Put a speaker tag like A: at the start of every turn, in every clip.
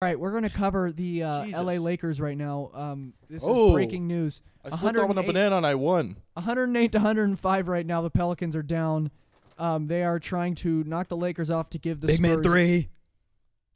A: All right, we're going to cover the uh, LA
B: Jesus.
A: Lakers right now. Um, this is
B: Oh.
A: breaking news.
B: I slipped on a
A: 108
B: banana and I won.
A: 108 to 105 right now. The Pelicans are down. Um, they are trying to knock the Lakers off to give the
C: Big
A: Spurs
C: man three.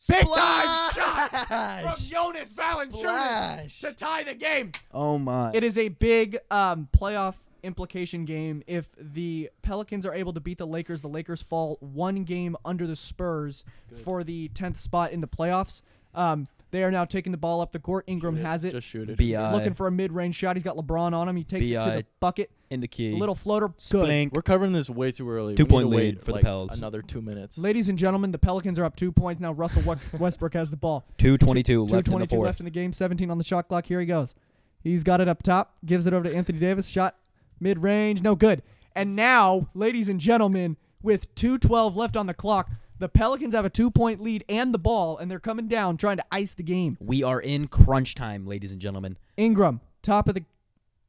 A: Big time shot from
C: Splash!
A: Jonas Valanciunas
C: Splash.
A: to tie the game.
C: Oh my!
A: It is a big um, playoff implication game. If the Pelicans are able to beat the Lakers, the Lakers fall one game under the Spurs for the tenth spot in the playoffs. Um, they are now taking the ball up the court. Ingram has it,
B: Just shoot it.
C: Bi
A: looking for a mid-range shot. He's got LeBron on him. He takes it to
C: B.I.
A: the bucket.
C: in the key.
A: Little floater, good.
C: splink.
B: We're covering this way too early.
C: Two
B: We need
C: point
B: to
C: lead
B: wait,
C: for the
B: like,
C: Pels.
B: Another two minutes.
A: Ladies and gentlemen, the Pelicans are up two points now. Russell Wes- Westbrook has the ball.
C: Two twenty-two left in the
A: 222
C: fourth.
A: left in the game, 17 on the shot clock. Here he goes. He's got it up top, gives it over to Anthony Davis. Shot mid range, no good. And now, ladies and gentlemen, with 212 left on the clock, the Pelicans have a two point lead and the ball, and they're coming down trying to ice the game.
C: We are in crunch time, ladies and gentlemen.
A: Ingram, top of the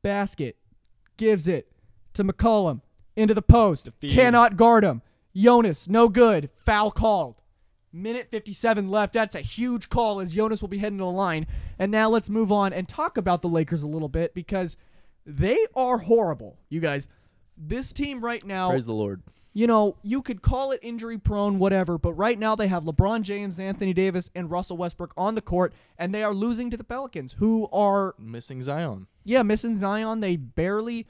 A: basket, gives it to McCollum, into the post, cannot guard him. Jonas, no good, foul called. Minute 57 left. That's a huge call as Jonas will be heading to the line. And now let's move on and talk about the Lakers a little bit because they are horrible, you guys. This team right now
B: Praise the Lord.
A: you know, you could call it injury prone, whatever, but right now they have LeBron James, Anthony Davis, and Russell Westbrook on the court, and they are losing to the Pelicans, who are,
B: Missing Zion.
A: yeah, missing Zion. They barely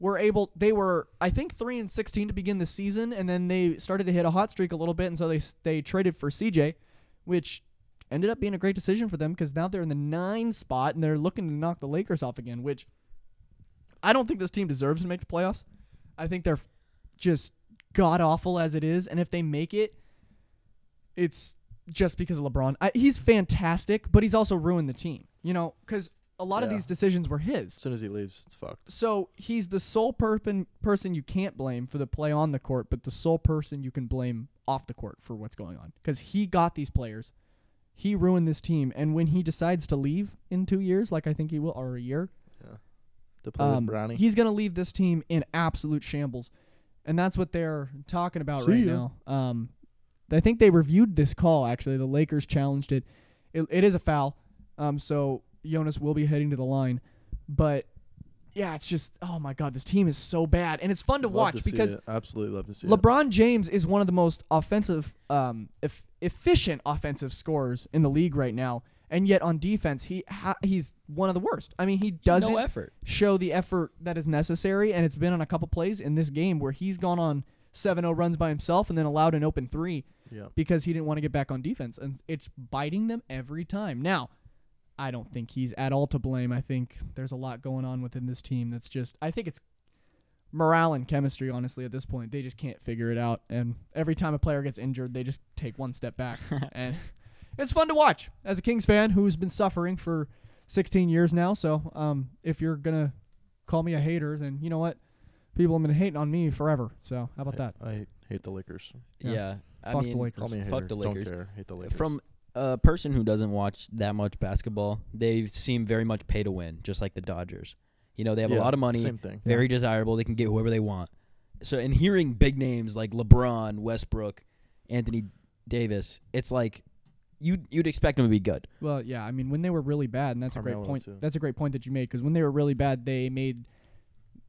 A: were able, they were, I think, 3 and 16 to begin the season, and then they started to hit a hot streak a little bit, and so they, they traded for CJ, which ended up being a great decision for them because now they're in the nine spot and they're looking to knock the Lakers off again, which I don't think this team deserves to make the playoffs. I think they're just god awful as it is, and if they make it, it's just because of LeBron. I, he's fantastic, but he's also ruined the team, you know, because a lot of
B: Yeah.
A: these decisions were his.
B: As soon as he leaves, it's fucked.
A: So he's the sole perpin- person you can't blame for the play on the court, but the sole person you can blame off the court for what's going on because he got these players. He ruined this team, and when he decides to leave in two years, like I think he will, or a year,
B: To play
A: um,
B: with Brownie.
A: He's going to leave this team in absolute shambles, and that's what they're talking about
B: See
A: right
B: ya.
A: now. Um, I think they reviewed this call actually. The Lakers challenged it. It, it is a foul. Um, so Jonas will be heading to the line, but yeah, it's just oh my god, this team is so bad, and it's fun to
B: Love
A: watch
B: to see
A: because
B: it. absolutely love to see it.
A: LeBron James is one of the most offensive, um, eff- efficient offensive scorers in the league right now, and yet on defense he ha- he's one of the worst. I mean, he doesn't
C: no effort.
A: show the effort that is necessary, and it's been on a couple plays in this game where he's gone on 7-0 runs by himself and then allowed an open three
B: Yeah.
A: because he didn't want to get back on defense, and it's biting them every time. Now, I don't think he's at all to blame. I think there's a lot going on within this team that's just. I think it's morale and chemistry. Honestly, at this point, they just can't figure it out, and every time a player gets injured, they just take one step back, and it's fun to watch as a Kings fan who's been suffering for 16 years now. So, um, if you're gonna call me a hater, then you know what. People have been hating on me forever, so how about that?
B: I, I hate the Lakers.
A: Yeah.
C: Yeah, I
A: Fuck the
C: mean,
A: Lakers.
B: Call me a hater.
C: Fuck the Lakers.
B: Don't care. Hate the Lakers.
C: from a person who doesn't watch that much basketball, they seem very much pay to win, just like the Dodgers. You know, they have
B: Yeah,
C: a lot of money,
B: Same thing.
C: very desirable. They can get whoever they want. So, in hearing big names like LeBron, Westbrook, Anthony Davis, it's like you you'd expect them to be good.
A: Well, yeah, I mean when they were really bad, and that's a great
B: Carmelo,
A: point.
B: too.
A: That's a great point that you made because when they were really bad, they made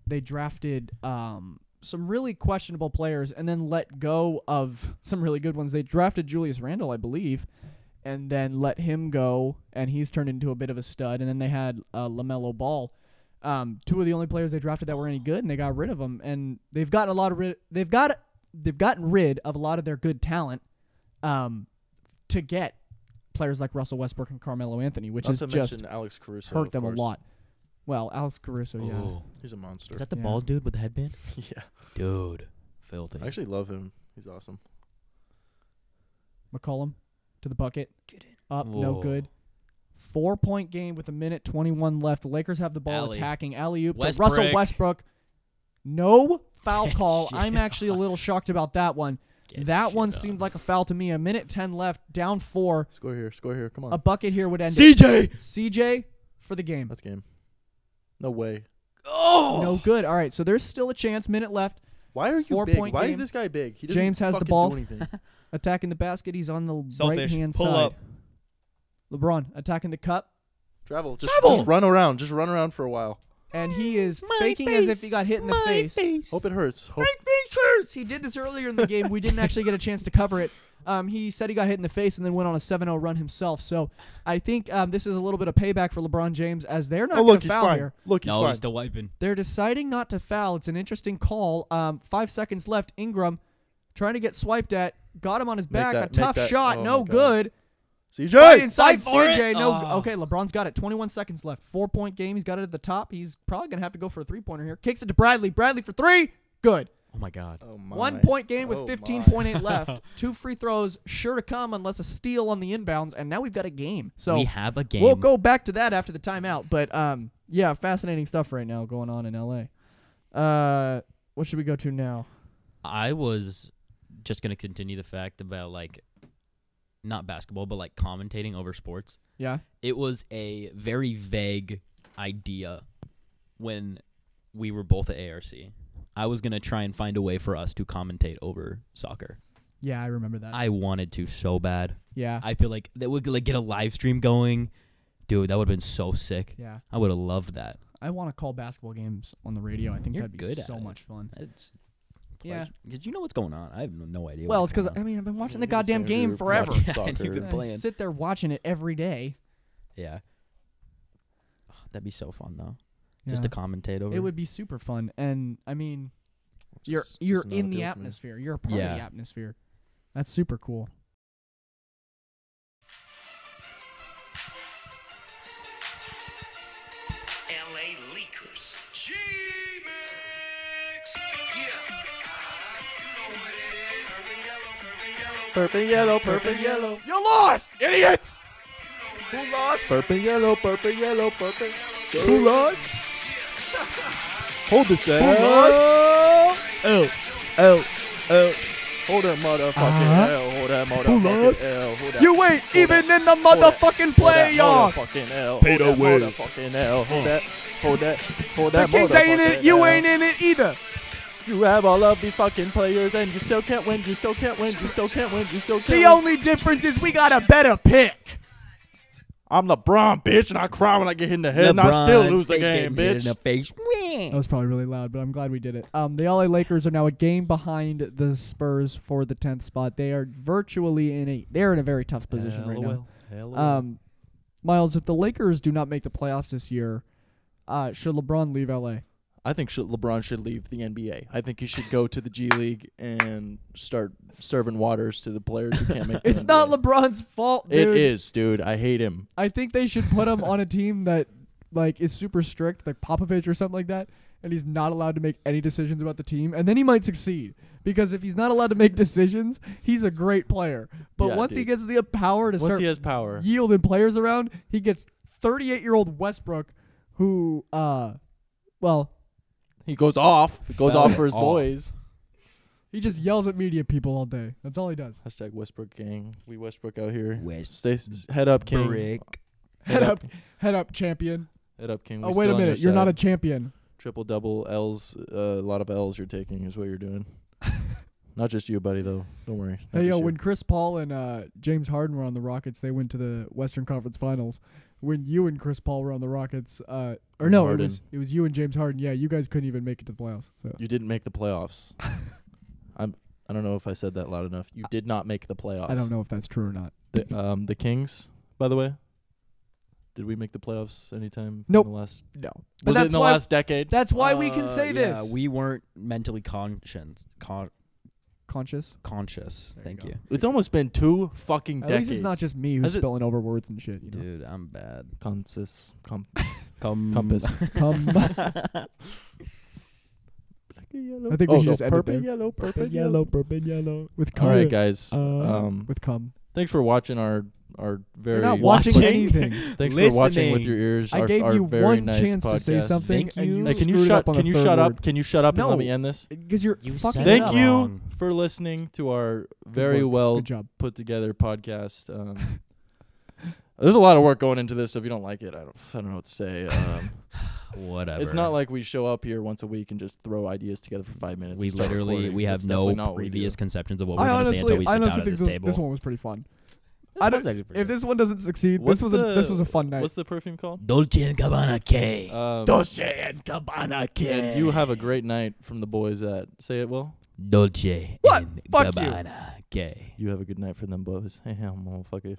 A: they drafted um, some really questionable players and then let go of some really good ones. They drafted Julius Randle, I believe, and then let him go, and he's turned into a bit of a stud. And then they had uh, Lamelo Ball. Um, two of the only players they drafted that were any good, and they got rid of them. And they've gotten a lot of rid- they've got they've gotten rid of a lot of their good talent um, to get players like Russell Westbrook and Carmelo Anthony, which has
B: Not to
A: just
B: mention Alex Caruso.
A: hurt
B: of
A: them a
B: course.
A: lot. Well, Alex Caruso, yeah.
B: He's a monster.
C: Is that the
A: Yeah.
C: bald dude with the headband?
B: yeah.
C: Dude, filthy.
B: I actually love him. He's awesome.
A: McCollum to the bucket.
C: Get in.
A: Up, no
C: Whoa.
A: good. Four point game with a minute 21 left. The Lakers have the ball
C: Alley.
A: attacking. Alley oop to
C: Westbrook.
A: Russell Westbrook. No foul call.
C: Shit.
A: I'm actually a little shocked about that one.
C: Get
A: that
C: shit
A: one
C: on.
A: seemed like a foul to me. A minute 10 left, down four.
B: Score here. Score here. Come on.
A: A bucket here would end it.
C: CJ.
A: CJ for the game.
B: That's game. No way.
C: Oh
A: No good. All right, so there's still a chance. Minute left.
B: Why are you
A: Four
B: big?
A: point
B: Why
A: game.
B: is this guy big? He doesn't
A: James has the
B: fucking
A: ball.
B: Do anything.
A: Attacking the basket. He's on the
C: Selfish.
A: right hand
C: Pull
A: side.
C: up.
A: LeBron attacking the cup,
B: Travel. Just,
C: Travel!
B: just run around. Just run around for a while.
A: and he is
C: My
A: faking as if he
C: face,
A: got hit in the
C: my
A: face.
B: Hope it hurts. Hope
A: face hurts. He did this earlier in the game. We didn't actually get a chance to cover it. Um, he said he got hit in the face and then went on a 7-0 run himself. So I think um, this is a little bit of payback for LeBron James as they're not
B: Oh,
A: going
B: look,
A: to
B: he's
A: foul
B: fine.
A: here.
B: Look, he's
C: No,
B: fine.
C: he's still wiping.
A: They're deciding not to foul. It's an interesting call. Um, five seconds left. Ingram trying to get swiped at. Got him on his
B: Make
A: back.
B: that-
A: a tough
B: make that-
A: shot.
B: oh
A: no
B: my God.
A: good.
B: CJ!
A: Right inside
C: fight for
A: CJ.
C: it.
A: No.
C: Ah.
A: Okay, LeBron's got it. 21 seconds left. Four point game. He's got it at the top. He's probably gonna have to go for a three pointer here. Kicks it to Bradley. Bradley for three. Good.
C: Oh my god.
A: Uh,
B: Oh my.
A: One point game with
B: Oh
A: 15.8 left. Two free throws sure to come unless a steal on the inbounds, and now we've got a game. So
C: we have a game.
A: we'll go back to that after the timeout. But um, yeah, fascinating stuff right now going on in LA. Uh, what should we go to now?
D: I was just gonna continue the fact about like not basketball, but like commentating over sports.
A: Yeah.
D: It was a very vague idea when we were both at ARC. I was gonna try and find a way for us to commentate over soccer.
A: Yeah, I remember that.
D: I wanted to so bad.
A: yeah.
D: I feel like that would like get a live stream going. Dude, that would have been so sick.
A: yeah.
D: I would have loved that.
A: I want to call basketball games on the radio. I think
D: You're
A: that'd be
D: good at
A: so
D: it.
A: much fun.
D: It's
A: Yeah.
D: Did you know what's going on? I have no idea.
A: Well,
D: what's
A: it's because
D: going
A: I
D: on.
A: mean I've been watching the
B: You're gonna
A: goddamn
B: say
A: game
B: you're
A: forever.
B: watching
C: Yeah, and
B: soccer.
C: you've been
A: I
C: playing.
A: sit there watching it every day.
D: yeah. Ah, That'd be so fun though. Just to
A: Yeah.
D: commentate over.
A: it would be super fun, and I mean
B: Just-
A: you're
B: just
A: you're
B: not
A: in the
B: appeals to me.
A: atmosphere. You're a part of the
D: Yeah.
A: atmosphere. That's super cool.
E: LA Leakers. G Mix! Yeah. You know what it is. Urban
B: Purple
E: yellow, urban yellow.
B: yellow, purple yellow.
A: You lost, idiots.
B: Who lost? Purple yellow, purple yellow, purple. Who lost? Hold this up.
C: Oh, oh, oh.
B: Hold that motherfucking L. Hold that motherfucking
C: lost?
B: L. Hold that.
A: You ain't even in the motherfucking playoffs.
B: Hold that motherfucking L. Pay the way. Motherfucking L. Hold that. Hold that. Hold
A: The
B: that.
A: Kings ain't in it. You
B: motherfucking
A: ain't
B: L.
A: in it either.
B: You have all of these fucking players, and you still can't win. You still can't win. You still can't win. You still can't.
A: The
B: win.
A: only difference is we got a better pick.
B: I'm LeBron, bitch, and I cry when I get hit in the head, and I still lose the game, bitch.
A: That was probably really loud, but I'm glad we did it. Um, the LA Lakers are now a game behind the Spurs for the tenth spot. They are virtually in a they're in a very tough position right now. Um, Miles, if the Lakers do not make the playoffs this year, uh, should LeBron leave LA?
B: I think should, LeBron should leave the NBA. I think he should go to the G League and start serving waters to the players who can't make. the
A: It's not
B: NBA.
A: LeBron's fault, dude.
B: It is, dude. I hate him.
A: I think they should put him on a team that like is super strict, like Popovich or something like that, and he's not allowed to make any decisions about the team, and then he might succeed. Because if he's not allowed to make decisions, he's a great player. But
B: Yeah,
A: once he
B: dude.
A: gets the power to
B: Once
A: start
B: he has power,
A: yielding players around, he gets 38 year old Westbrook, who, uh, well,
B: he goes off. He goes
C: Fell
B: off for his
C: off.
B: boys.
A: he just yells at media people all day. That's all he does.
B: Hashtag Westbrook gang. We Westbrook out here.
C: West-
B: Stay s- head up, king.
C: Brick.
A: Head up, head up, champion.
B: Head up, king.
A: oh wait a minute, you're not a champion.
B: triple double L's. Uh, a lot of L's you're taking is what you're doing. not just you, buddy. Though, don't worry. Not
A: Hey yo,
B: just you.
A: when Chris Paul and uh, James Harden were on the Rockets, they went to the Western Conference Finals. When you and Chris Paul were on the Rockets, uh, or
B: And
A: no, it
B: Harden.
A: was it was you and James Harden. Yeah, you guys couldn't even make it to the playoffs. So
B: You didn't make the playoffs. I'm. I don't know if I said that loud enough. You did not make the playoffs.
A: I don't know if that's true or not.
B: The, um, the Kings, by the way. Did we make the playoffs anytime?
A: Nope.
B: In the last,
A: No, but
B: was it
A: that's
B: in the
A: why
B: last decade?
A: that's why we can
C: Uh,
A: say
C: yeah,
A: this.
C: We weren't mentally conscious. Con-
A: conscious.
C: conscious.
A: There you
C: Thank
A: go.
C: you,
B: It's almost been two fucking
A: At
B: decades.
A: least it's not just me who's
B: Has it-
A: spilling over words and shit. You know?
C: dude. I'm bad.
B: Consis, com-
C: Come
B: compass.
A: Come, I think we
B: oh,
A: should
B: no,
A: just end it
B: purple,
A: there.
B: yellow, purple, yellow.
A: yellow, purple, yellow. With cum.
B: All right, guys.
A: Uh,
B: um,
A: with cum.
B: thanks for watching our our very.
A: You're not watching,
C: watching.
A: anything.
B: Thanks for watching with your ears.
A: I
B: our,
A: gave
B: our
A: you
B: very
A: one
B: nice
A: chance
B: podcast.
A: to say something,
C: Thank
A: and
C: you.
A: you
B: Hey, can you
A: screwed
B: shut?
A: up on
B: Can
A: the
B: you
A: third
B: shut
A: word.
B: up? Can you shut up and
A: No.
B: let me end this?
A: Because you're
D: You
A: fucking
D: said
A: it
B: Thank
A: up.
B: you
D: wrong.
B: for listening to our
A: Good
B: very
A: work.
B: well
A: Good job.
B: put together podcast. Um, there's a lot of work going into this. So if you don't like it, I don't, I don't know what to say. Um,
D: Whatever.
B: it's not like we show up here once a week and just throw ideas together for five minutes.
D: we
B: and start
D: literally
B: recording.
D: we
B: That's
D: have
B: definitely
D: no
B: not what we do.
D: previous conceptions of what we're
A: I
D: gonna say
A: honestly,
D: until we
A: I
D: sit down at
A: honestly think
D: this
A: this,
D: table.
A: this one was pretty fun. I
D: one's
A: don't.
D: actually pretty
A: If
D: good.
A: this one doesn't succeed,
B: What's
A: this was
B: the,
A: a, this was a fun night.
B: What's the perfume called?
C: Dolce and Gabbana K.
B: Um,
C: Dolce and Gabbana K.
B: and you have a great night from the boys at Say It Will.
C: Dolce
A: What?
C: and
A: Fuck you.
C: Gabbana K.
B: You have a good night from them boys. Hey, I'm a motherfucker.